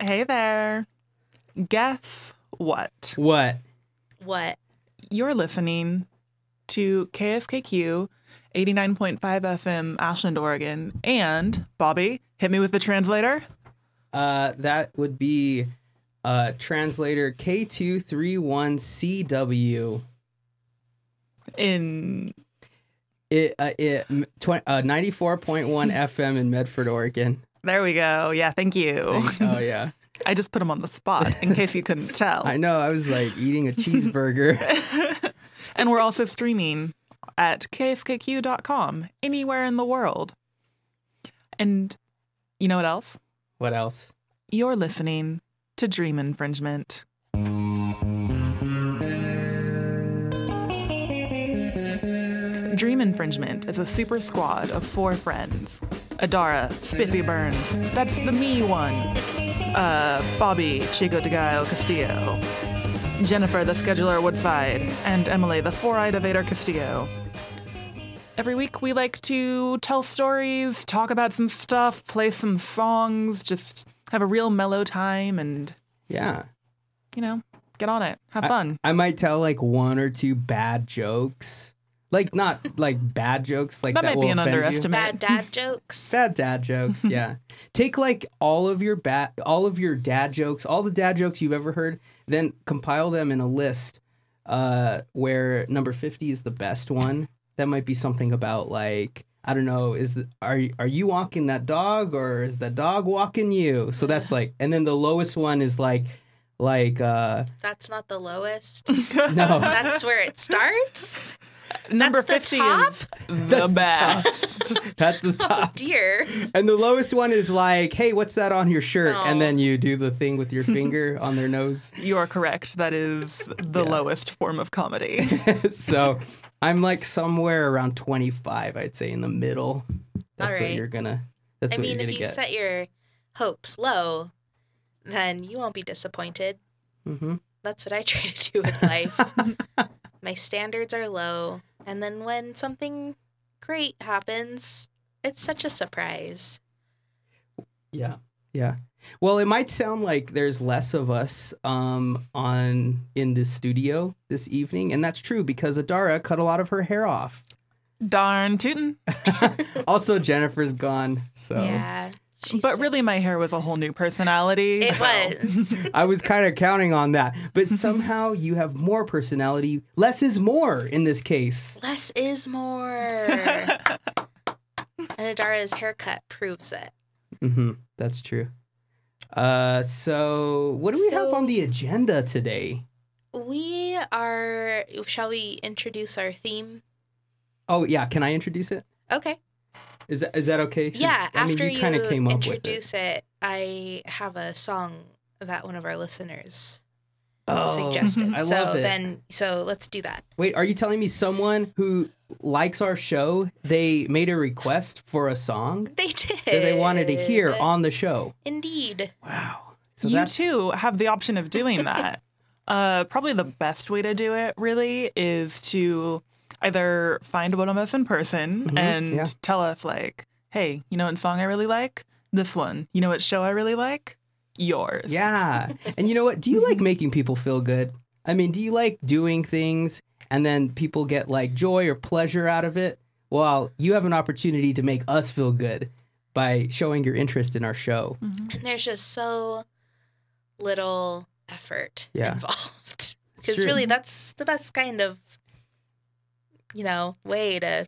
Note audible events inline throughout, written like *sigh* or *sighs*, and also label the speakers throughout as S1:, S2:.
S1: Hey there. Guess what?
S2: What?
S3: What?
S1: You're listening to KSKQ 89.5 FM, Ashland, Oregon. And Bobby, hit me with the translator.
S2: Uh, that would be uh, translator K231CW.
S1: In
S2: It, uh, it, m- twen- uh, 94.1
S1: *laughs*
S2: FM in Medford, Oregon.
S1: there we go. Yeah, thank you.
S2: Oh, yeah.
S1: I just put him on the spot in case you couldn't tell.
S2: I know. I was like eating
S1: *laughs*
S2: a cheeseburger.
S1: and we're also streaming at kskq.com anywhere in the world. And you know what else?
S2: what else?
S1: You're listening to Dream Infringement. Dream Infringement is a super squad of four friends Adara, Spiffy Burns, that's the me one, uh, Bobby, Chico de Gallo Castillo, Jennifer, the scheduler Woodside, and Emily, the four eyed evader Castillo. Every week, we like to tell stories, talk about some stuff, play some songs, just have a real mellow time and,
S2: Yeah.
S1: you know, get on it. Have
S2: I-
S1: fun.
S2: I might tell like one or two bad jokes. Like not like bad jokes like
S1: that
S2: that,
S1: might
S2: will
S1: be an
S2: offend you.
S1: underestimate.
S3: Bad dad
S2: *laughs*
S3: jokes.
S2: Sad dad jokes, yeah. Take like all of your bad all of your dad jokes, all the dad jokes you've ever heard, then compile them in a list uh where number 50 is the best one. That might be something about like I don't know, is the, are you- are you walking that dog or is that dog walking you? So that's like and then the lowest one is like like uh
S3: That's not the
S2: *laughs*
S3: lowest.
S2: no.
S3: *laughs* That's where it
S2: *laughs*
S3: starts.
S1: Number
S3: That's the
S1: 50 is the best.
S2: That's the
S3: Oh
S2: top.
S3: dear.
S2: And the lowest one is like, hey, what's that on your shirt? And
S3: No.
S2: then you do the thing with your finger on their nose.
S1: *laughs* you are correct. That is the lowest form of comedy.
S2: *laughs* so I'm like somewhere around 25, I'd say, in the middle. That's what
S3: Alright.
S2: you're gonna. That's
S3: I
S2: what
S3: mean,
S2: you're
S3: if
S2: gonna
S3: you
S2: get.
S3: set your hopes low, then you won't be disappointed.
S2: hmm
S3: That's what I *laughs* try to do with life.
S2: *laughs*
S3: My standards are low, and then when something great happens, it's such a surprise.
S2: Yeah, yeah. Well, it might sound like there's less of us um, on in this studio this evening, and that's true because Adara cut a lot of her hair
S3: *laughs*
S2: off.
S1: Darn tootin'.
S2: Also, Jennifer's gone, so
S3: Yeah. she's
S1: But
S3: so-
S1: really, my hair was a whole new personality.
S3: it
S1: so-
S3: was.
S2: I was kind of counting on that. But somehow you have more personality. Less is more in this case.
S3: Less is
S2: *laughs*
S3: more. and Adara's haircut proves it.
S2: Mm-hmm. That's true. Uh, so what do we have
S3: So-
S2: on the agenda today?
S3: We are. Shall we introduce our theme?
S2: Oh yeah, can I introduce it?
S3: Okay.
S2: Is that, is that okay? Since-
S3: yeah.
S2: I mean,
S3: after
S2: you kind of came up with it.
S3: introduce it. I have a song that one of our listeners
S2: Oh,
S1: Mm-hmm.
S3: suggested.
S2: I
S3: so
S2: love it.
S3: then, so let's do that. *laughs*
S2: Wait, are you telling me someone who likes our show they made a request for a song
S3: They did.
S2: that they wanted to hear on the show?
S3: Indeed.
S2: Wow. So
S1: you
S2: that's
S1: too have the option of
S2: *laughs*
S1: doing that. uh, probably the best way to do it, really, is to either find one of us in person and
S2: Mm-hmm. yeah.
S1: tell us, like, hey, you know what song I really like? This one. You know what show I really like? Yours.
S2: Yeah. And you know what? Do you like making people feel good? I mean, do you like doing things and then people get like joy or pleasure out of it? Well, you have an opportunity to make us feel good by showing your interest in our show.
S1: Mm-hmm.
S3: And there's just so little effort
S2: Yeah.
S3: involved.
S2: It's
S3: Because
S2: true.
S3: really, that's the best kind of, you know, way to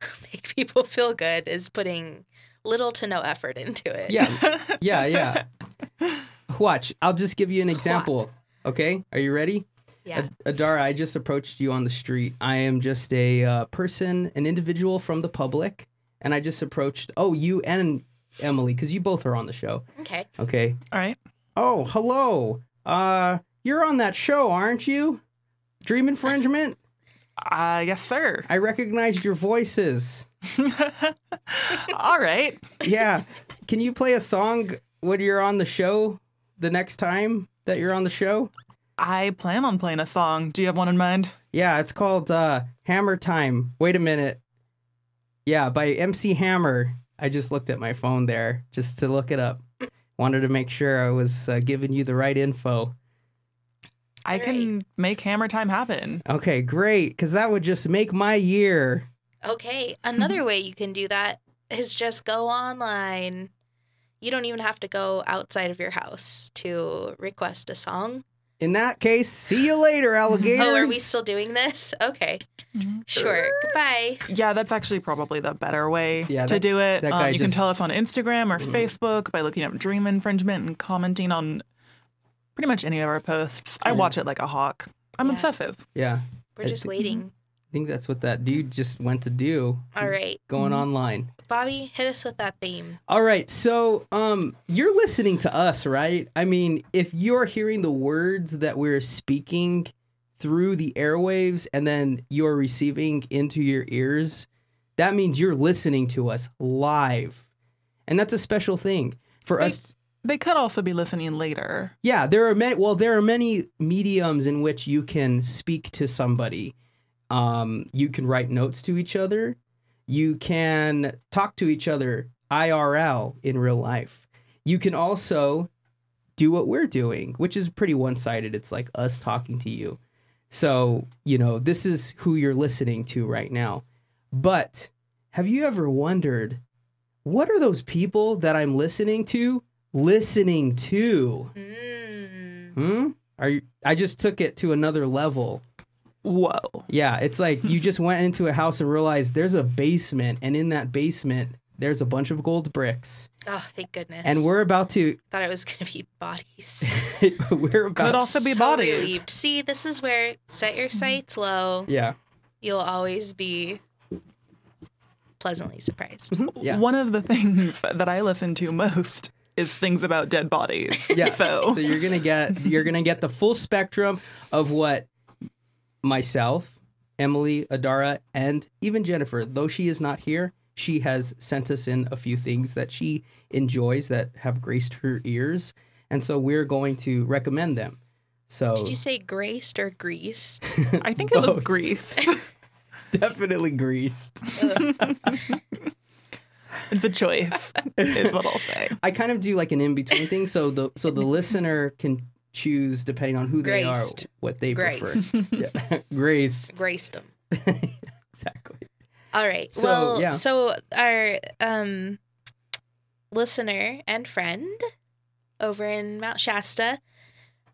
S3: *laughs* make people feel good is putting little to no effort into it.
S2: Yeah. Yeah, yeah. Watch, I'll just give you an example. Okay? Are you ready?
S3: *laughs* Yeah.
S2: Ad- Adara, I just approached you on the street. I am just a uh, person, an individual from the public, and I just approached oh, you and Emily cuz you both are on the show.
S3: Okay.
S2: Okay?
S1: *laughs* All right.
S2: Oh, hello. Uh, you're on that show, aren't you? Dream Infringement?
S1: Uh, yes, sir. *laughs*
S2: I recognized your voices.
S1: All right.
S2: Yeah. Can you play a song when you're on the show the next time that you're on the show?
S1: I plan on playing a song. Do you have one in mind?
S2: Yeah, it's called uh, Hammer Time. Wait a minute. Yeah, by MC Hammer. I just looked at my phone there just to look it up. Wanted to make sure I was uh, giving you the right info.
S1: I can make hammer time happen.
S2: Okay, great, because that would just make my year.
S3: Okay. Another way you can do that is just go online. You don't even have to go outside of your house to request a song.
S2: In that case, see you later, alligators.
S3: *laughs* Oh, are we still doing this? *laughs* Okay. Sure. Goodbye.
S1: Yeah, that's actually probably the better way
S2: Yeah,
S1: to
S2: that-
S1: do it.
S2: that
S1: Um,
S2: guy
S1: you can
S2: just-
S1: tell us on Instagram or
S2: Mhm.
S1: Facebook by looking up Dream Infringement and commenting on pretty much any of our posts. I
S2: Yeah.
S1: watch it like a hawk. I'm
S3: Yeah.
S1: obsessive.
S2: yeah, I
S3: We're just
S2: I-
S3: waiting.
S2: think that's what that dude just went to do.
S3: All
S2: He's
S3: right.
S2: going
S1: Mhm.
S2: online.
S3: Bobby, hit us with that theme.
S2: All right, so um, you're listening to us, right? I mean, if you're hearing the words that we're speaking through the airwaves and then you're receiving into your ears, that means you're listening to us live. And that's a special thing for us.
S1: They could also be listening later.
S2: Yeah, there are many. Well, there are many mediums in which you can speak to somebody. Um, you can write notes to each other. You can talk to each other IRL in real life. You can also do what we're doing, which is pretty one sided. It's like us talking to you. So, you know, this is who you're listening to right now. But have you ever wondered what are those people that I'm listening to listening to?
S3: Mm.
S2: Hmm? Are you, I just took it to another level.
S1: Whoa.
S2: Yeah, it's like you just went into a house and realized there's a basement, and in that basement there's a bunch of gold bricks,
S3: Oh, thank goodness.
S2: and we're about to *laughs*
S3: thought it was gonna be bodies.
S2: we're about
S1: Could also be
S3: *laughs* So
S1: bodies.
S3: relieved. See, this is where set your sights low.
S2: yeah
S3: You'll always be pleasantly surprised.
S1: Mm-hmm.
S2: Yeah.
S1: One of the things *laughs* that I listen to most is things about dead bodies.
S3: *laughs*
S2: yeah.
S1: So,
S2: you're gonna get you're gonna get the full spectrum of what myself, Emily, Adara, and even Jennifer, though she is not here, she has sent us in a few things that she enjoys that have graced her ears, and so we're going to recommend them. So
S3: Did you say graced or greased?
S1: I think I
S2: *laughs*
S1: love
S2: Both.
S1: Greece.
S2: *laughs* definitely greased.
S3: *laughs*
S1: the choice is what I'll say.
S2: I kind of do like an in between thing, so the so the listener can choose depending on who they are
S3: Graced.
S2: what they
S3: Graced.
S2: prefer. Yeah. *laughs*
S3: *laughs*
S2: graced.
S3: Graced them.
S2: Exactly.
S3: All right.
S2: So,
S3: well,
S2: yeah.
S3: so our um, listener and friend over in Mount Shasta,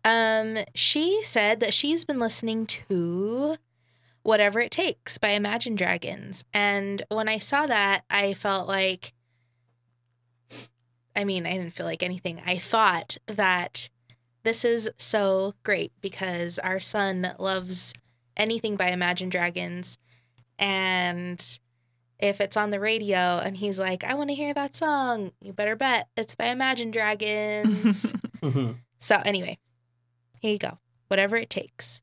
S3: um, she said that she's been listening to Whatever It Takes by Imagine Dragons. And when I saw that, I felt like, I mean, I didn't feel like anything. I thought that this is so great because our son loves anything by Imagine Dragons and if it's on the radio and he's like, I want to hear that song, you better bet it's by Imagine
S2: *laughs*
S3: Dragons.
S2: Mhm.
S3: so, anyway, here you go. Whatever it takes.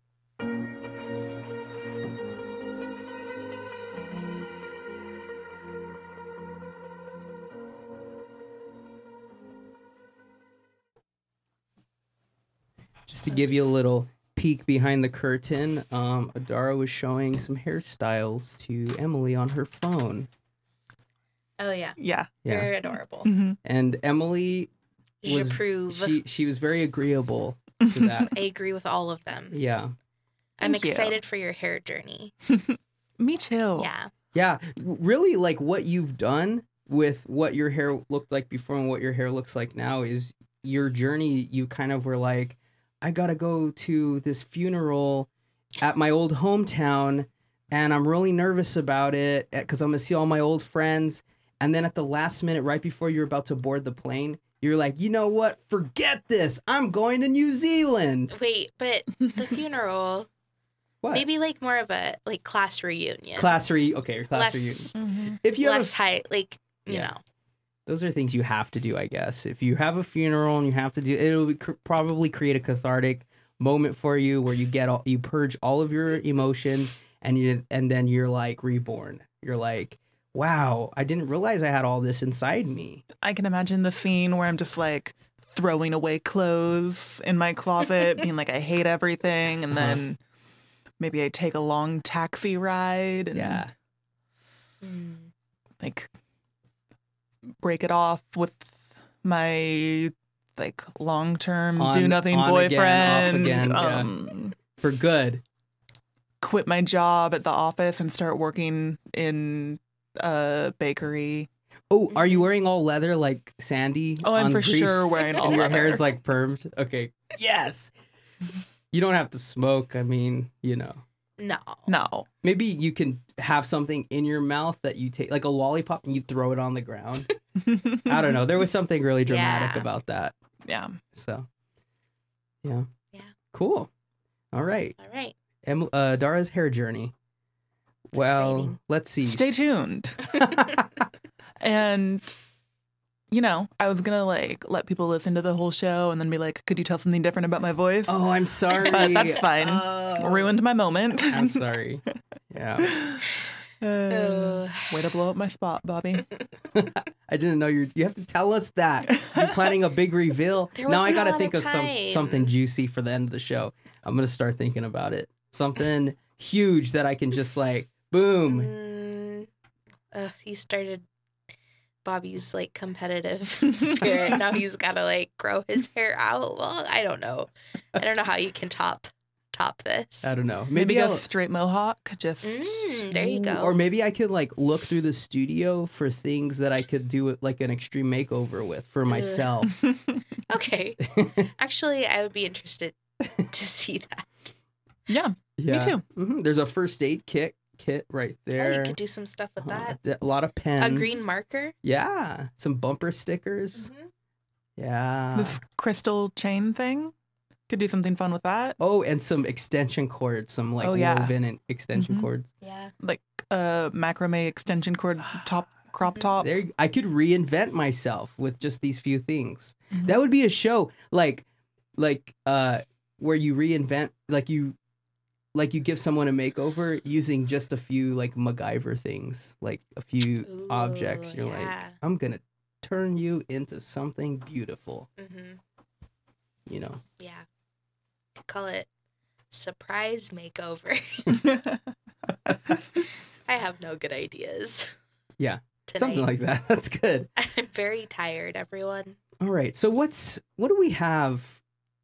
S2: Just to give you a little peek behind the curtain, um, Adara was showing some hairstyles to Emily on her phone.
S3: Oh, yeah.
S1: Yeah.
S2: Yeah.
S3: They're adorable.
S1: hmm
S2: And Emily, Was
S3: J'approve.
S2: she she was very agreeable to
S1: Mm-hmm.
S3: *laughs*
S2: that.
S3: I agree with all of them.
S2: yeah.
S3: I'm
S1: Thank you.
S3: excited for your hair journey.
S1: Me
S2: Oh.
S1: too.
S3: Yeah.
S2: Yeah. Really like what you've done with what your hair looked like before and what your hair looks like now is your journey you kind of were like I got to go to this funeral at my old hometown and I'm really nervous about it cuz I'm going to see all my old friends and then at the last minute right before you're about to board the plane you're like you know what forget this I'm going to New Zealand
S3: Wait, but
S2: *laughs*
S3: the funeral,
S2: what
S3: maybe like more of a like class reunion.
S2: class re okay your class
S3: less,
S2: reunion
S1: Mhm.
S2: if you have a
S3: less high, like, you
S2: Yeah.
S3: know.
S2: those are things you have to do, I guess. If you have a funeral and you have to do, it'll be, cr- probably create a cathartic moment for you where you get all, you purge all of your emotions and you and then you're like reborn. You're like, wow, I didn't realize I had all this inside me.
S1: I can imagine the scene where I'm just like throwing away clothes in my closet, being like, I hate everything. And
S2: Uh-huh.
S1: then maybe I take a long taxi ride and
S2: Yeah,
S1: like break it off with my like long term
S2: On-
S1: do nothing
S2: on
S1: boyfriend.
S2: again, off again, yeah.
S1: um,
S2: for good.
S1: Quit my job at the office and start working in a bakery.
S2: Oh, are you wearing all leather like Sandy?
S1: Oh, I'm
S2: on
S1: for
S2: Grease?
S1: sure wearing all
S2: And your hair
S1: leather.
S2: is like permed. Okay. Yes. You don't have to smoke. I mean, you know,
S3: No.
S1: No.
S2: maybe you can have something in your mouth that you take, like a lollipop, and you throw it on the ground.
S1: *laughs*
S2: I don't know. There was something really dramatic
S3: *laughs* Yeah.
S2: about that.
S1: Yeah.
S2: So, yeah.
S3: Yeah.
S2: Cool. All right.
S3: All right.
S2: Em- uh, Dara's hair journey. Well,
S3: exciting.
S2: let's see.
S1: Stay
S2: *laughs*
S1: tuned.
S2: tuned.
S1: And you know, I was gonna like let people listen to the whole show and then be like, "Could you tell something different about my voice?" *laughs*
S2: oh, I'm sorry.
S1: But that's fine.
S2: Oh.
S1: Ruined my moment. *laughs*
S2: I'm sorry. Yeah. Um,
S1: Uh,
S3: Oh.
S1: way to blow up my spot,
S2: *laughs*
S1: Bobby.
S2: I didn't know you. You have to tell us that you're planning a big reveal.
S3: *laughs* There
S2: now I
S3: wasn't a
S2: gotta
S3: lot of
S2: think of some
S3: time.
S2: something juicy for the end of the show. I'm gonna start thinking about it. Something huge that I can just like boom.
S3: Mm, ugh, he started Bobby's like
S2: *laughs*
S3: competitive *laughs* spirit. now he's gotta like grow his hair out. Well, I don't know. I don't know how you can top top this.
S2: I don't know.
S1: *laughs*
S2: Maybe,
S1: Maybe, a
S2: I'll,
S1: straight mohawk. Just
S3: Mm, there you go.
S2: Or maybe I could like look through the studio for things that I could do it like an extreme makeover with for myself.
S3: *laughs*
S2: *laughs* Mm.
S3: okay. Actually, I would be interested to see that.
S1: *laughs* yeah,
S2: yeah.
S1: too.
S2: Mhm. There's a first aid kit kit right
S3: Oh,
S2: there.
S3: you could do some stuff with
S2: Uh,
S3: that.
S2: d- a lot of pens.
S3: A green marker.
S2: Yeah. Some bumper stickers.
S3: Mhm.
S2: Yeah.
S1: this crystal chain thing could do something fun with that.
S2: Oh, and some extension cords, some like
S1: Oh, yeah.
S2: woven and extension
S3: Mm-hmm.
S1: Mhm.
S2: cords.
S3: Yeah.
S1: Like uh, macrame extension
S2: *sighs*
S1: cord top crop
S3: Mhm.
S1: top.
S2: There, you- I could reinvent myself with just these few things.
S1: Mhm. *laughs*
S2: That would be a show like, like, uh, where you reinvent, like you, like you give someone a makeover using just a few like MacGyver things, like a few objects.
S3: Ooh,
S2: You're like,
S3: yeah.
S2: I'm gonna turn you into something beautiful.
S3: hmm
S2: You know,
S3: Yeah. Call it
S2: *laughs*
S3: surprise makeover. I have no good ideas.
S2: Yeah,
S3: Tonight.
S2: something like that. *laughs* That's good.
S3: *laughs* I'm very tired, everyone.
S2: All right. So what's what do we have?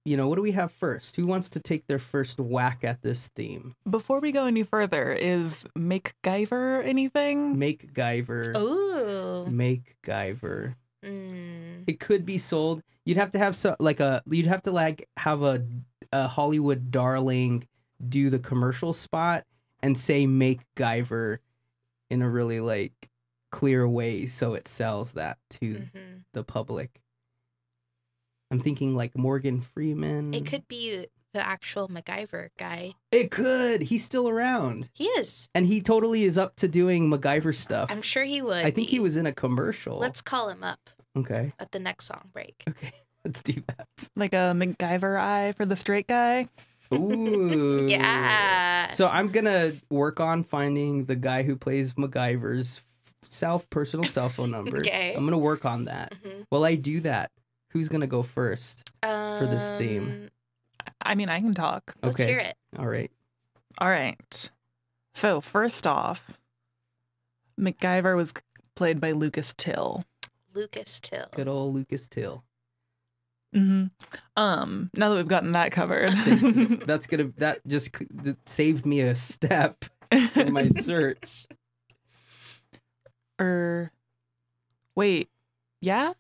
S2: You know, what do we have first? Who wants to take their first whack at this theme?
S1: Before we go any further, is MacGyver
S3: Hmm.
S1: anything?
S2: Make
S3: Oh.
S2: Guyver.
S3: Ooh.
S2: Make Guyver.
S3: Mm.
S2: It could be sold. You'd have to have so like a you'd have to like have a, a Hollywood darling do the commercial spot and say make Guyver in a really like clear way so it sells that to
S3: Mhm.
S2: the public. I'm thinking like Morgan Freeman.
S3: It could be the actual MacGyver guy.
S2: It could. He's still around.
S3: He
S2: *sighs*
S3: is.
S2: And he totally is up to doing MacGyver stuff.
S3: I'm sure he would.
S2: I think
S3: be.
S2: he was in a commercial.
S3: Let's call him up
S2: Okay.
S3: at the next song break.
S2: Okay. Let's do that.
S1: Like a MacGyver eye for the straight guy?
S2: Ooh.
S3: *laughs* Yeah.
S2: So I'm going to work on finding the guy who plays MacGyver's self personal cell phone number.
S3: *laughs* Okay.
S2: I'm going to work on that.
S3: Mhm.
S2: While I do that, who's going to go first? this theme.
S3: Um,
S1: I mean, I can talk.
S3: Let's
S2: Okay.
S3: hear it.
S2: All right.
S1: All right. So first off, MacGyver was played by Lucas Till.
S3: Lucas Till.
S2: Good old Lucas Till.
S1: hmm Um, now that we've gotten that covered, *laughs*
S2: Thank
S3: *laughs*
S2: you. That's going to, that just c- that saved me a step in
S3: *laughs*
S2: my search.
S1: or Er, wait, yeah,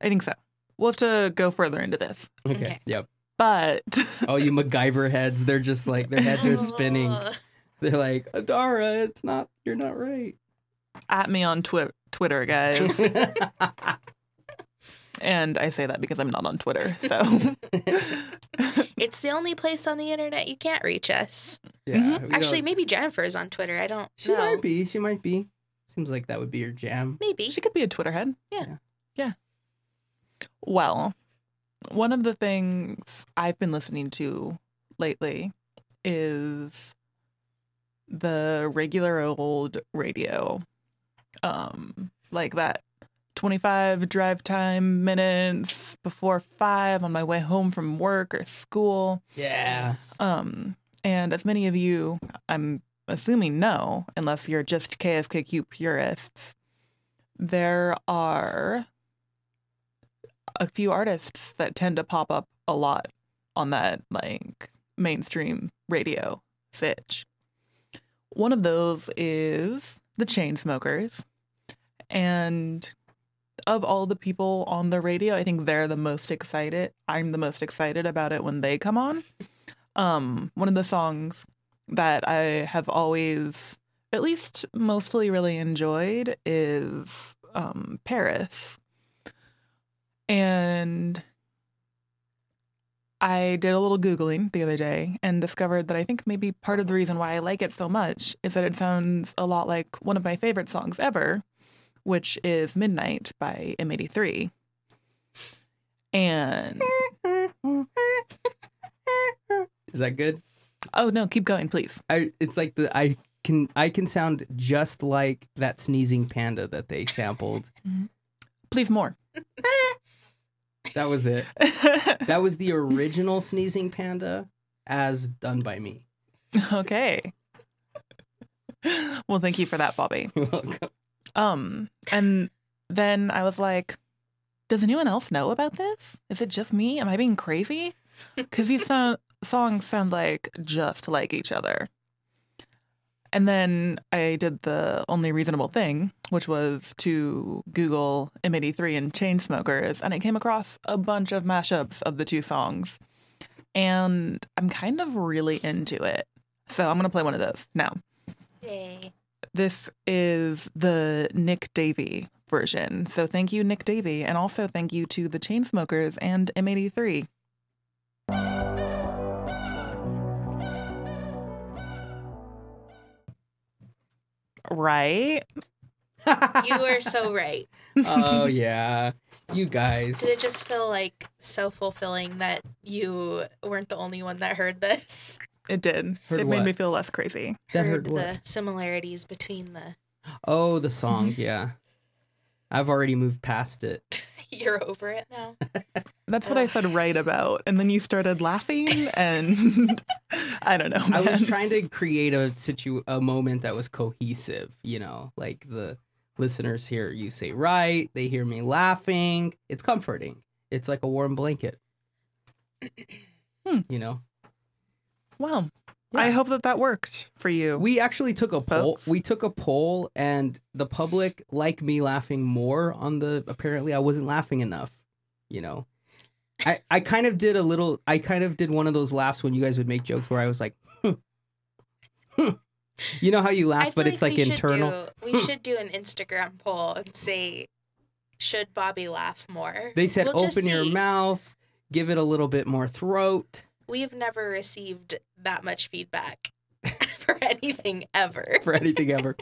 S1: I think so. We'll have to go further into this,
S2: okay.
S3: Okay.
S2: Yep.
S1: but *laughs*
S2: All you MacGyver heads, they're just like their heads are spinning.
S3: Oh.
S2: *laughs* They're like, Adara, it's not you're not
S3: *laughs*
S2: right.
S1: at me on twi- Twitter, guys, and I say that because I'm not on Twitter,
S2: *laughs*
S1: so
S3: *laughs* Mm-hmm. It's the only place on the internet you can't reach us.
S2: yeah. we
S3: Mm-hmm. Actually,
S2: don't-
S3: maybe Jennifer is on Twitter. I don't
S2: she
S3: know.
S2: might be. She might be. Seems like that would be your jam.
S3: Maybe. *laughs*
S1: she could be a Twitter head.
S3: Yeah.
S1: yeah. Well, one of the things I've been listening to lately is the regular old radio. Um, like that 25 drive time minutes before 5 on my way home from work or school.
S2: Yeah.
S3: *laughs*
S1: Um, and as many of you, I'm assuming know, unless you're just KSKQ purists, there are a few artists that tend to pop up a lot on that like mainstream radio sitch. One of those is the Chainsmokers, and of all the people on the radio, I think they're the most excited. I'm the most excited about it when they come on. Um, one of the songs that I have always, at least mostly, really enjoyed is um, Paris. And I did a little Googling the other day and discovered that I think maybe part of the reason why I like it so much is that it sounds a lot like one of my favorite songs ever, which is Midnight by M83. And
S2: Is that good?
S1: oh no, keep going, please.
S2: I it's like the I can I can sound just like that sneezing panda that they sampled.
S1: Please more. *laughs*
S2: that was it. That was the original sneezing panda as done by me. *laughs*
S1: okay. Well, thank you for that, Bobby.
S2: You're welcome.
S1: Um, and then I was like, does anyone else know about this? Is it just me? Am I being crazy? Because these sound, songs sound like just like each other. And then I did the only reasonable thing, which was to Google M83 and Chainsmokers, and I came across a bunch of mashups of the two songs. And I'm kind of really into it. So I'm going to play one of those now.
S3: Yay.
S1: This is the Nick Davey version. So thank you, Nick Davey, and also thank you to the Chainsmokers and M83. Right?
S3: You were *laughs* so right.
S2: oh yeah. You guys.
S3: Did it just feel like so fulfilling that you weren't the only one that heard *laughs* this?
S1: It did.
S2: Heard
S1: it
S2: what?
S1: made me feel less crazy.
S2: That heard
S3: the
S2: what?
S3: similarities between the *laughs*
S2: Oh, the song, yeah. I've already moved past it.
S3: you're over it now.
S1: That's what I said right about. And then you started *laughs* laughing, and *laughs* I don't know.
S2: I
S1: *laughs*
S2: was
S1: man.
S2: trying to create a situ a moment that was cohesive, you know, like the listeners hear you say right, they hear me laughing. It's comforting. It's like a warm blanket.
S1: Hmm.
S2: You know.
S1: Well,
S2: Yeah.
S1: I hope that that worked for you.
S2: We actually took a poll.
S1: Folks.
S2: We took a poll and the public liked me laughing more on the apparently I wasn't laughing enough, you know. I, I kind of did a little I kind of did one of those laughs when you guys would make jokes where I was like You know how you
S3: I
S2: laugh,
S3: feel
S2: but it's like
S3: we should
S2: internal. Hmm.
S3: do- we should do an Instagram poll and say, should Bobby laugh more?
S2: They said
S3: We'll just
S2: open your
S3: see.
S2: mouth, give it a little bit more throat *laughs*
S3: We've never received that much feedback *laughs* for anything ever.
S2: for anything ever.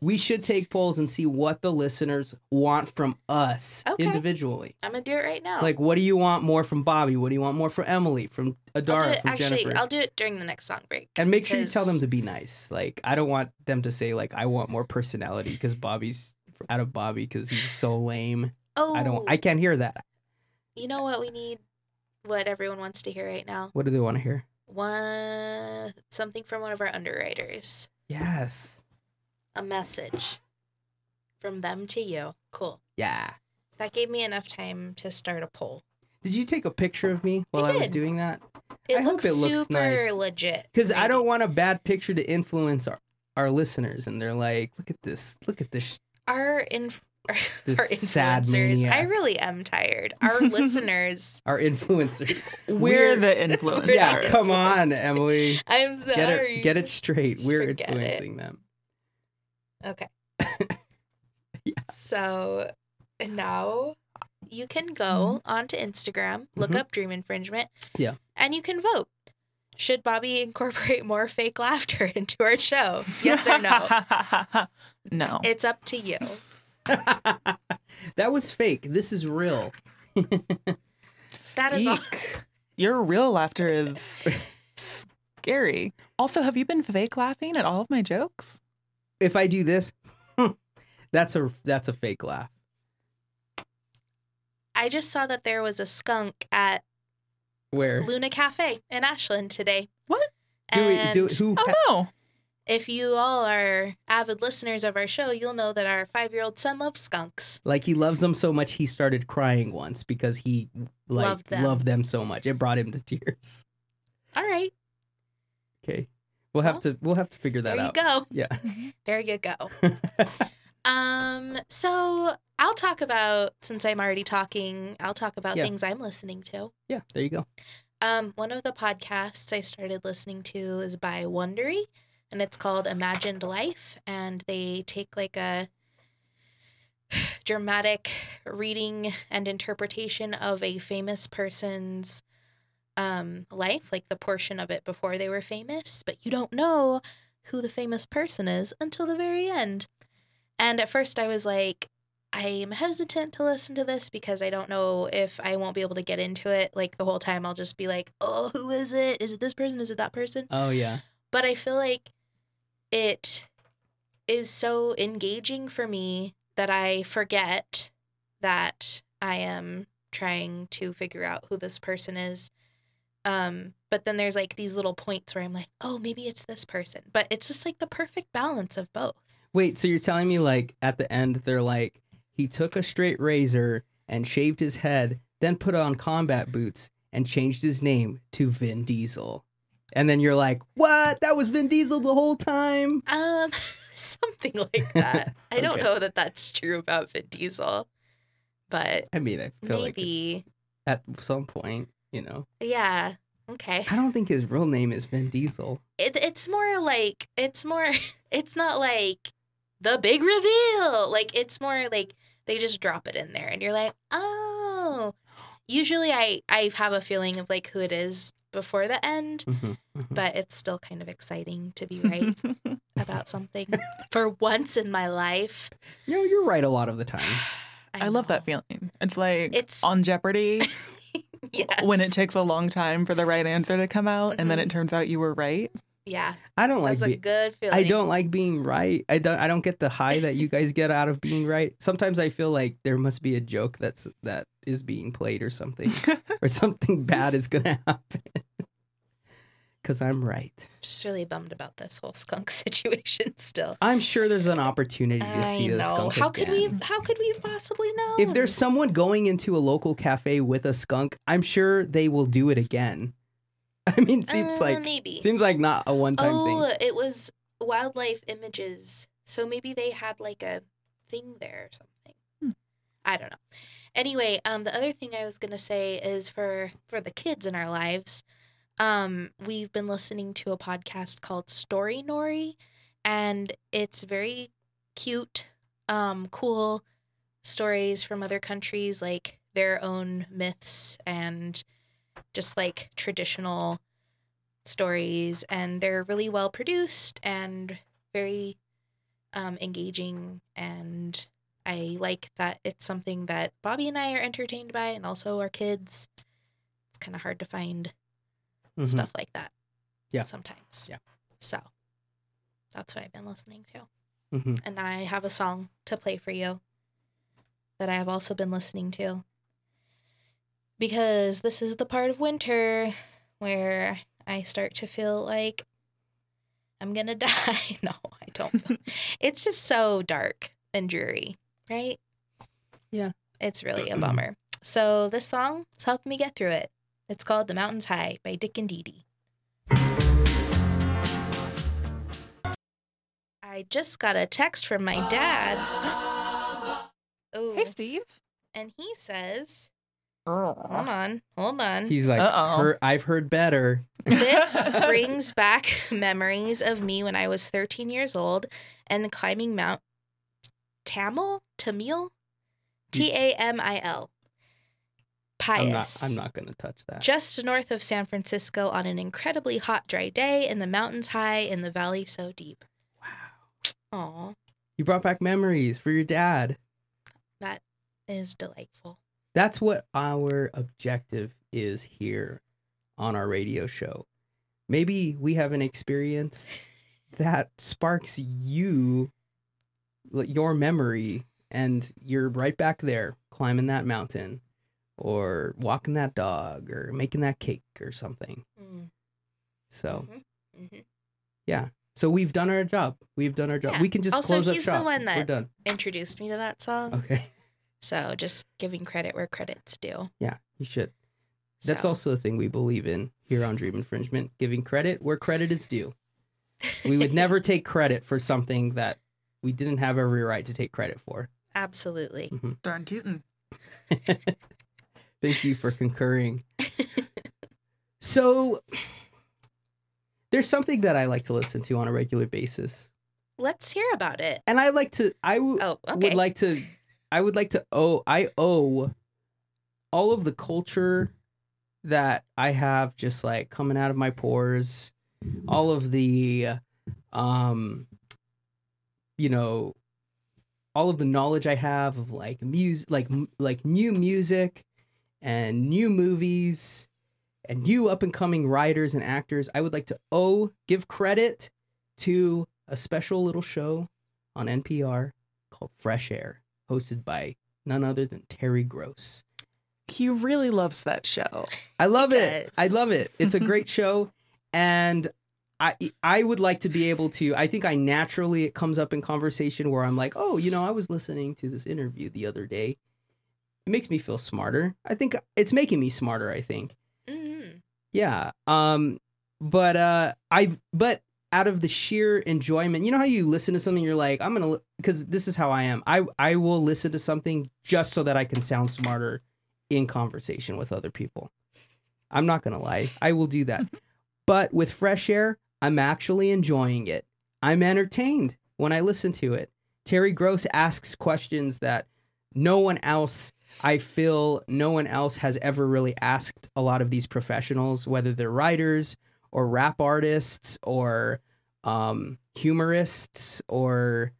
S2: we should take polls and see what the listeners want from us
S3: Okay.
S2: individually.
S3: I'm gonna do it right now.
S2: Like, what do you want more from Bobby? What do you want more from Emily, from
S3: I'll do
S2: Adara,
S3: it,
S2: from
S3: actually,
S2: Jennifer?
S3: I'll do it during the next song break.
S2: and make sure you tell them
S3: because-
S2: to be nice. Like, I don't want them to say, like, I want more personality because Bobby's out of Bobby because he's so lame.
S3: Oh,
S2: I don't, I can't hear that.
S3: you know what we need? What everyone wants to hear right now?
S2: What do they want to hear?
S3: One something from one of our underwriters.
S2: Yes.
S3: A message from them to you. Cool.
S2: Yeah.
S3: That gave me enough time to start a poll.
S2: Did you take a picture of me while I was
S3: did.
S2: doing that?
S3: It
S2: I hope
S3: looks
S2: it looks
S3: super
S2: nice.
S3: legit.
S2: because I
S3: Maybe.
S2: don't want a bad picture to influence our, our listeners, and they're like, "Look at this! Look at this! sh-
S3: our inf- *laughs* our
S2: This sad
S3: influencers. I
S2: maniac.
S3: really
S2: *laughs*
S3: am tired. Our listeners.
S2: Our *laughs* influencers."
S1: We're,
S2: We're-
S1: the influencers.
S2: *laughs*
S3: *laughs*
S2: yeah, come on, Emily,
S3: I'm
S2: get
S3: sorry.
S2: it, get it straight.
S3: Just
S2: We're
S3: forget it.
S2: influencing them. *laughs*
S3: Okay.
S2: Yes.
S3: So now you can go onto Instagram, look
S2: Mhm.
S3: up Dream Infringement.
S2: Mm-hmm. Yeah.
S3: And you can vote. Should Bobby incorporate more fake laughter *laughs* into our show? Yes
S2: *laughs*
S3: or no?
S1: *laughs* no.
S3: it's up to you.
S2: that was fake. This is real.
S3: That is all.
S1: Eek. Your real laughter is scary. Also, have you been fake laughing at all of my jokes?
S2: If I do this, *laughs* that's a that's a fake laugh.
S3: I just saw that there was a skunk at
S2: Where
S3: Luna Cafe in Ashland today.
S1: What?
S2: do we do?
S3: And- *laughs*
S2: Who?
S1: *laughs* Oh
S2: pa-
S1: no.
S3: if you all are avid listeners of our show, you'll know that our five year old son loves skunks.
S2: Like he loves them so much he started crying once because he like
S3: Loved them.
S2: loved them so much. It brought him to tears. *laughs*
S3: All right,
S2: Okay. We'll have to we'll have to figure that
S3: there
S2: out.
S3: you go.
S2: Yeah.
S3: There you go. um, so I'll talk about since I'm already talking, I'll talk about
S2: Yeah.
S3: things I'm listening to.
S2: Yeah, there you go.
S3: Um, one of the podcasts I started listening to is by Wondery, and it's called Imagined Life, and they take like a *sighs* dramatic reading and interpretation of a famous person's um, life, like the portion of it before they were famous, but you don't know who the famous person is until the very end. And at first, I was like, I'm hesitant to listen to this because I don't know if I won't be able to get into it. Like the whole time, I'll just be like, oh, who is it? Is it this person? Is it that person?
S2: Oh yeah.
S3: but I feel like it is so engaging for me that I forget that I am trying to figure out who this person is. Um, but then there's like these little points where I'm like, oh, maybe it's this person. But it's just like the perfect balance of both.
S2: Wait, so you're telling me like at the end they're like he took a straight razor and shaved his head, then put on combat boots and changed his name to Vin Diesel. And then you're like, "What? That was Vin Diesel the whole *laughs* time?"
S3: Um, *laughs* something like
S2: *laughs*
S3: that. I don't
S2: Okay.
S3: know that that's true about Vin Diesel, but
S2: I mean, I feel like it's
S3: maybe.
S2: at some point, you know.
S3: yeah. Okay.
S2: I don't think his real name is Vin Diesel.
S3: it, it's more like it's more *laughs* it's not like the big reveal like it's more like they just drop it in there and you're like oh usually i i have a feeling of like who it is before the end
S2: Mhm, mhm.
S3: but it's still kind of exciting to be
S1: *laughs*
S3: right about something for once in my life
S2: No, you're right a lot of the time.
S1: I love
S3: know.
S1: that feeling. It's like
S3: It's-
S1: on Jeopardy
S3: *laughs* yes.
S1: when it takes a long time for the right answer to come out, and then
S3: Mm-hmm.
S1: it turns out you were right.
S3: *laughs* yeah
S2: I don't like
S3: that's a
S2: be-
S3: good feeling
S2: I don't like being right. I don't I don't get the high that
S3: *laughs*
S2: you guys get out of being right. Sometimes I feel like there must be a joke that's that is being played or
S3: *laughs*
S2: something or something bad is going to *laughs* happen. Cuz I'm right.
S3: just really bummed about this whole skunk *laughs* situation still
S2: I'm sure there's an opportunity to
S3: I
S2: see this
S3: know.
S2: skunk
S3: How could we?
S2: again.
S3: How could we possibly know?
S2: If there's someone going into a local cafe with a skunk, I'm sure they will do it again. *laughs* I mean, seems
S3: Uh,
S2: like
S3: maybe.
S2: seems like not a one-time
S3: oh,
S2: thing.
S3: it was wildlife images. So maybe they had like a thing there or something.
S1: Hmm.
S3: I don't know. Anyway, um, the other thing I was gonna say is for for the kids in our lives, um, we've been listening to a podcast called Story Nori, and it's very cute, um, cool stories from other countries, like their own myths and just like traditional stories and they're really well produced and very um, engaging and i like that it's something that bobby and i are entertained by and also our kids it's kind of hard to find
S2: Mhm.
S3: stuff like that
S2: Yeah.
S3: sometimes
S2: Yeah.
S3: so that's what i've been listening to
S2: Mhm.
S3: and i have a song to play for you that i have also been listening to because this is the part of winter where I start to feel like I'm gonna *laughs* die. no, I don't. feel- it's just so dark and dreary, right?
S2: Yeah.
S3: It's really a bummer. So this song has helped me get through it. It's called The Mountains High by Dick and Dee Dee. I just got a text from my dad.
S2: *gasps*
S3: Oh,
S1: Steve.
S3: and he says, hold
S1: Uh
S3: on, hold on.
S2: *laughs* He's like,
S1: oh.
S2: "Her- I've heard better.
S3: *laughs*
S1: *laughs*
S3: This brings back *laughs* memories of me when I was 13 years old and climbing Mount Tamil, Tamil, T A M I L,
S2: I'm not.
S3: Pius,
S2: I'm not going to touch that.
S3: just north of San Francisco on an incredibly hot, dry day, and the mountains high and the valley so deep.
S2: wow.
S3: Aw,
S2: You brought back memories for your dad.
S3: that is delightful.
S2: That's what our objective is here on our radio show. Maybe we have an experience that sparks you, like, your memory, and you're right back there climbing that mountain or walking that dog
S3: Mm-hmm.
S2: or making that cake or something.
S3: Mm.
S2: So,
S3: Mhm. Mhm.
S2: yeah. So we've done our job. We've done our job.
S3: Yeah.
S2: We can just
S3: Also,
S2: close up
S3: he's the
S2: shop.
S3: one that- Mm-hmm.
S2: We're done.
S3: Introduced me to that song.
S2: Okay. *laughs*
S3: So just giving credit where credit's due.
S2: Yeah, you should. That's
S3: So,
S2: also a thing we believe in here on Dream Infringement, giving credit where credit is due. We would never take credit for something that we didn't have every right to take credit for. *laughs*
S3: Absolutely.
S2: Mm.
S1: Darn tootin'.
S2: Thank you for concurring. so there's something that I like to listen to on a regular basis.
S3: Let's hear about it.
S2: And I like to I w-
S3: Oh, okay.
S2: would like to I would like to owe I owe all of the culture that I have just like coming out of my pores, all of the um you know all of the knowledge I have of like music like m- like new music and new movies and new up and coming writers and actors, I would like to owe give credit to a special little show on NPR called Fresh Air, hosted by none other than Terry Gross.
S1: He really loves that show.
S2: I love
S3: He
S2: it.
S3: does.
S2: I love it.
S3: *laughs*
S2: It's a great show, and I I would like to be able to. I think I naturally it comes up in conversation where I'm like, oh, you know, I was listening to this interview the other day. It makes me feel smarter. I think it's making me smarter. I think.
S3: Mhm.
S2: Yeah. Um but uh I but out of the sheer enjoyment, you know how you listen to something you're like I'm going to cuz this is how I am. I I will listen to something just so that I can sound smarter in conversation with other people. I'm not going to lie. I will do that. but with fresh air, I'm actually enjoying it. I'm entertained when I listen to it. Terry Gross asks questions that no one else I feel no one else has ever really asked a lot of these professionals, whether they're writers or rap artists or um, humorists or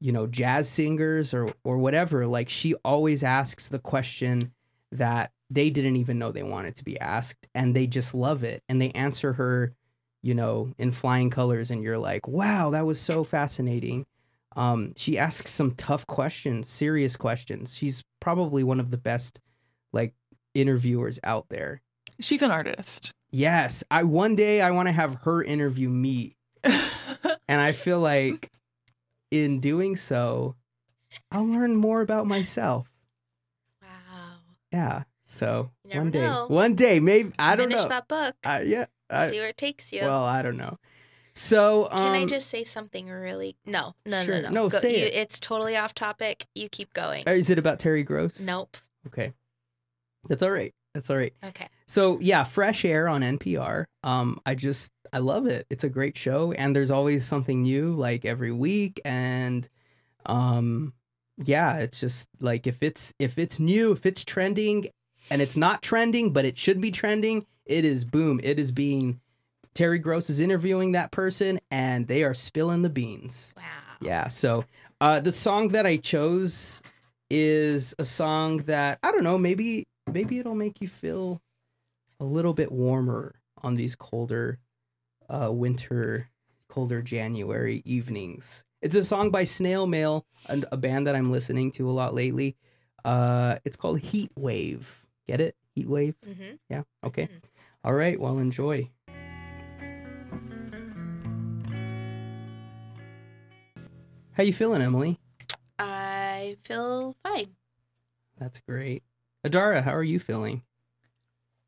S2: you know jazz singers or or whatever. Like she always asks the question that they didn't even know they wanted to be asked, and they just love it, and they answer her, you know, in flying colors, and you're like, wow, that was so fascinating. Um, she asks some tough questions, serious questions. She's probably one of the best like interviewers out there.
S1: She's an artist. *laughs*
S2: Yes, I one day I want to have her interview me, and I feel like in doing so, I'll learn more about myself.
S3: Wow.
S2: Yeah. So
S3: You never
S2: one day,
S3: know.
S2: one day, maybe I don't
S3: Finish
S2: know.
S3: that book.
S2: I, yeah. I,
S3: see where it takes you.
S2: well, I don't know. So um,
S3: Can I just say something really? No, no,
S2: Sure.
S3: no, no.
S2: No, say
S3: you,
S2: it.
S3: It's totally off topic. You keep going.
S2: is it about Terry Gross?
S3: Nope.
S2: Okay. That's all right. That's all right.
S3: Okay.
S2: So yeah, Fresh Air on NPR. Um, I just I love it. It's a great show, and there's always something new like every week. And um, yeah, it's just like if it's if it's new, if it's trending, and it's not trending, but it should be trending. It is boom. It is being Terry Gross is interviewing that person, and they are spilling the beans.
S3: Wow.
S2: Yeah. So uh, the song that I chose is a song that I don't know. Maybe maybe it'll make you feel a little bit warmer on these colder uh, winter, colder January evenings. It's a song by Snail Mail, a, a band that I'm listening to a lot lately. Uh, it's called Heat Wave. Get it? Heat Wave.
S3: hmm
S2: Yeah. Okay. All right. Well, enjoy. How you feeling, Emily?
S3: I feel fine.
S2: That's great. Adara, how are you feeling?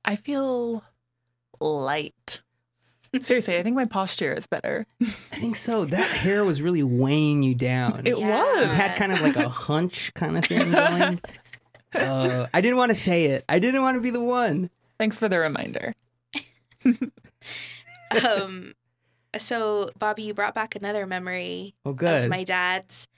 S1: I feel light. Seriously, I think my posture is better.
S2: I think so. That hair was really weighing you down.
S1: It
S2: It
S1: was.
S3: Yeah.
S2: had
S3: *laughs*
S2: kind of like *laughs* a hunch kind of thing going. Uh, I didn't want to say it. I didn't want to be the one.
S1: Thanks for the reminder.
S3: Um, so Bobby, you brought back another memory
S2: Oh,
S3: of
S2: good.
S3: my dad's.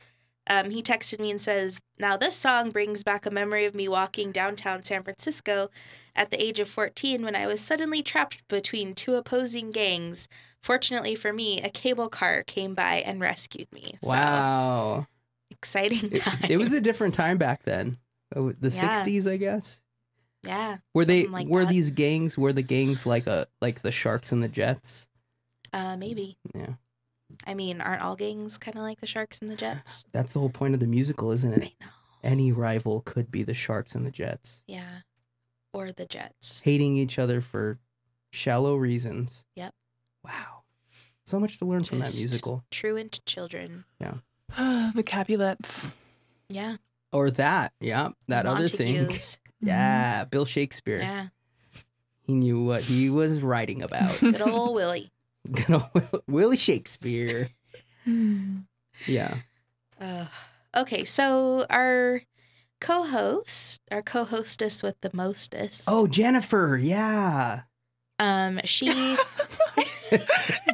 S3: Um, he texted me and says, Now this song brings back a memory of me walking downtown San Francisco at the age of 14 when I was suddenly trapped between two opposing gangs. Fortunately for me, a cable car came by and rescued me. So,
S2: wow.
S3: Exciting
S2: It,
S3: time.
S2: it was a different time back then. Oh, The
S3: Yeah.
S2: 60s, I guess.
S3: Yeah.
S2: Were they
S3: Something like
S2: were
S3: that.
S2: these gangs were the gangs like a like the sharks and the jets?
S3: Uh, maybe.
S2: Yeah.
S3: I mean, aren't all gangs kind of like the Sharks and the Jets?
S2: That's the whole point of the musical, isn't it?
S3: I know.
S2: Any rival could be the sharks and the jets,
S3: Yeah. Or the Jets.
S2: hating each other for shallow reasons.
S3: Yep.
S2: Wow. So much to learn from that
S3: Just-
S2: musical.
S3: Truant children.
S1: *sighs* the Capulets.
S3: Yeah.
S2: Or that, yeah, that other thing. *laughs*
S3: Montagues. Mm-hmm.
S2: Yeah, Bill Shakespeare.
S3: Yeah.
S2: He knew what he was writing
S3: *laughs*
S2: about. *laughs*
S3: Good old Willie.
S2: Good old Will- Willie Shakespeare.
S1: Hmm.
S2: Yeah.
S3: Uh, okay, so our co-host, our co-hostess with the mostest.
S2: Oh, Jennifer. Yeah.
S3: Um,
S2: *laughs*
S3: she
S1: *laughs*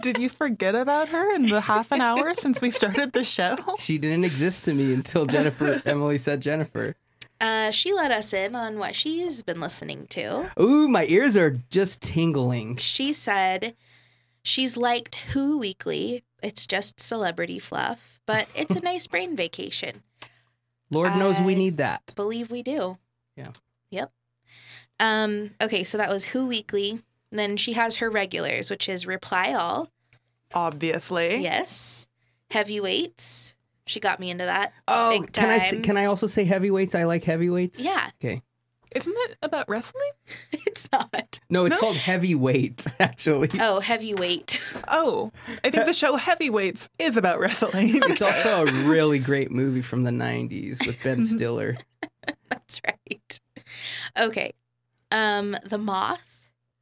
S1: Did you forget about her in the half an hour since we started the show?
S2: She didn't exist to me until
S3: *laughs*
S2: Jennifer Emily said Jennifer.
S3: uh she let us in on what she's been listening to.
S2: Ooh, my ears are just tingling.
S3: She said she's liked Who Weekly. It's just celebrity fluff, but it's a nice brain vacation.
S2: Lord knows we
S3: I-
S2: need that.
S3: Believe we do.
S2: Yeah.
S3: Yep. Um, okay, so that was Who Weekly. Then she has her regulars, which is Reply All.
S1: *laughs* Obviously.
S3: Yes. Heavyweights. She got me into that.
S2: Oh,
S3: Big
S2: can I say,
S3: time.
S2: can I also say heavyweights? I like heavyweights.
S3: Yeah, *laughs*
S2: Okay.
S1: Isn't that about wrestling?
S3: it's not.
S2: No, it's
S1: No.
S2: called heavyweight *laughs* actually.
S3: Oh, heavyweight.
S1: Oh, I *laughs* think the show Heavyweights is about *laughs* wrestling.
S2: It's
S3: *laughs*
S2: also a really great movie from the 90s with Ben
S3: Mm-hmm.
S2: Stiller.
S3: *laughs* That's right. Okay. Um, the moth,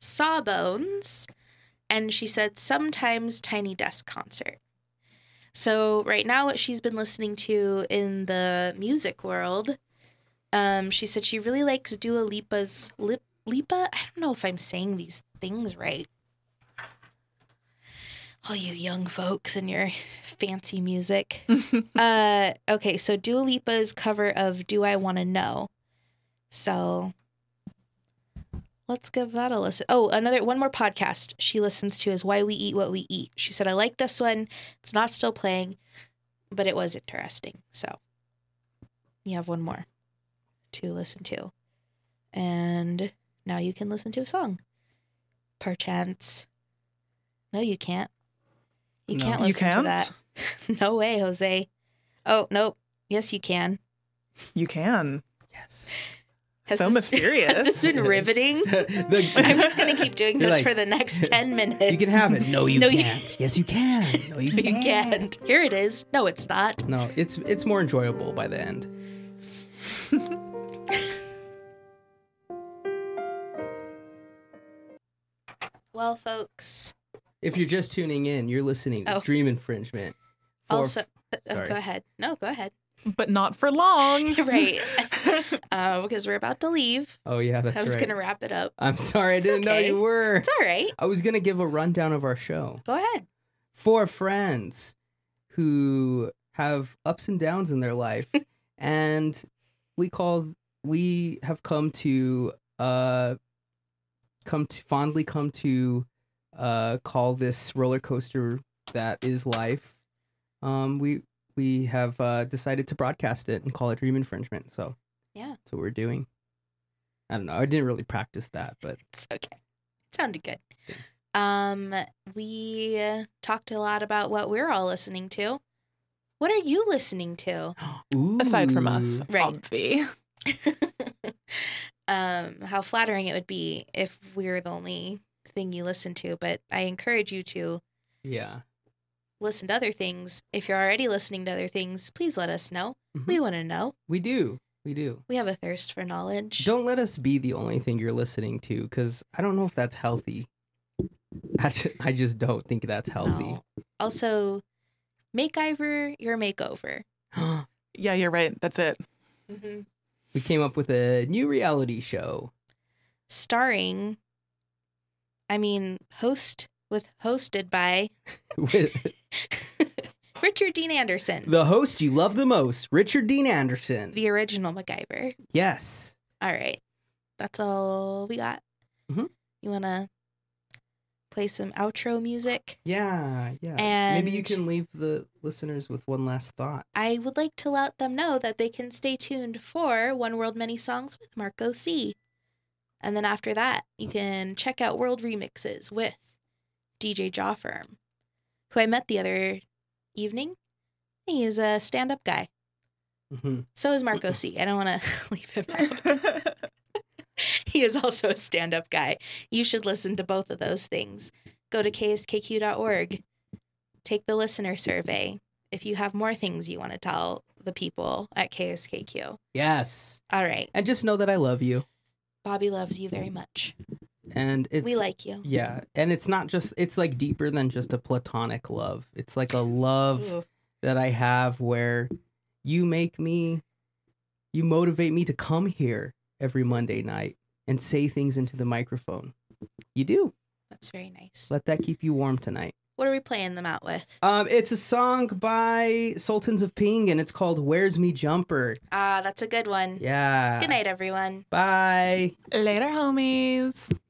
S3: sawbones, and she said sometimes tiny desk concert. So right now, what she's been listening to in the music world, um, she said she really likes Dua Lipa's Lip Lipa. I don't know if I'm saying these things right. All you young folks and your fancy music. Uh, okay, so Dua Lipa's cover of "Do I Want to Know," so let's give that a listen. Oh, another one more podcast she listens to is "Why We Eat What We Eat." She said, "I like this one. It's not still playing, but it was interesting." So you have one more to listen to, and now you can listen to a song, perchance. No, you can't. You
S2: No.
S3: can't
S1: You
S3: listen to
S1: can't?
S3: that. *laughs* No way, Jose. Oh, nope. Yes, you can.
S1: you can.
S2: Yes.
S1: So mysterious.
S3: Has this *laughs* been riveting?
S2: *laughs* The-
S3: I'm just going to keep doing
S2: You're
S3: this
S2: like,
S3: for the next 10 minutes.
S2: *laughs* You can have it. No, you
S3: No, you-
S2: can't. Yes, you can. No, you
S3: *laughs* You
S2: can't.
S3: can't. Here it is. No, it's not.
S2: No, it's it's more enjoyable by the end.
S3: Well, folks.
S2: If you're just tuning in, you're listening to
S3: Oh.
S2: Dream Infringement. for-
S3: also, oh,
S2: sorry.
S3: go ahead. No, go ahead.
S1: But not for long.
S3: Right. Uh, because we're about to leave.
S2: oh yeah, that's
S3: I was
S2: right.
S3: going to wrap it up.
S2: I'm sorry, I didn't
S3: okay.
S2: know you were.
S3: It's all right.
S2: I was gonna give a rundown of our show.
S3: Go ahead.
S2: Four friends who have ups and downs in
S1: *laughs*
S2: their life, and we call we have come to uh come to fondly come to uh call this roller coaster that is life. Um, we we have uh, decided to broadcast it and call it Dream Infringement. So
S3: Yeah.
S2: that's what we're doing. I don't know. I didn't really practice that, but
S3: It's okay. It sounded good.
S2: Thanks.
S3: Um, we uh, talked a lot about what we're all listening to. What are you listening to?
S1: *laughs* Aside from us,
S2: Ooh.
S3: Right.
S1: obvi.
S3: *laughs* um, how flattering it would be if we were the only thing you listen to. But I encourage you to
S2: *gasps* yeah.
S3: listen to other things. If you're already listening to other things, please let us know.
S2: Mm-hmm.
S3: We want to know.
S2: We do. We do.
S3: We have a thirst for knowledge.
S2: Don't let us be the only thing you're listening to because I don't know if that's healthy. I ju- I just don't think that's healthy.
S3: No. Also, makeover your makeover.
S1: Yeah, you're right. That's it.
S3: Mm-hmm.
S2: *gasps* we came up with a new reality show.
S3: *laughs* Starring, I mean, host with hosted by *laughs*
S2: With
S3: Richard Dean Anderson,
S2: the host you love the most, Richard Dean Anderson.
S3: the original MacGyver.
S2: Yes.
S3: All right. That's all we got.
S2: Mhm.
S3: You want to play some outro music?
S2: Yeah. Yeah. Maybe you
S3: And-
S2: can leave the listeners with one last thought.
S3: I would like to let them know that they can stay tuned for One World Many Songs with Marco C. And then after that, you can check out World Remixes with DJ Jawfirm, who I met the other evening. He is a stand up guy.
S2: Mhm.
S3: So is Marco C. I don't want to *laughs* leave him out. *laughs* he is also a stand up guy. You should listen to both of those things. Go to kskq.org take the listener survey if you have more things you want to tell the people at KSKQ.
S2: Yes.
S3: All right.
S2: And just know that I love you.
S3: Bobby loves you very much.
S2: And it's
S3: we like you.
S2: Yeah. And it's not just it's like deeper than just a platonic love. It's like a love
S3: Ooh,
S2: that I have where you make me, you motivate me to come here every Monday night and say things into the microphone. You do.
S3: that's very nice.
S2: Let that keep you warm tonight.
S3: What are we playing them out with?
S2: Um, it's a song by Sultans of Ping and it's called Where's Me Jumper.
S3: Ah, that's a good one.
S2: Yeah.
S3: Good night, everyone.
S2: Bye.
S1: Later, homies.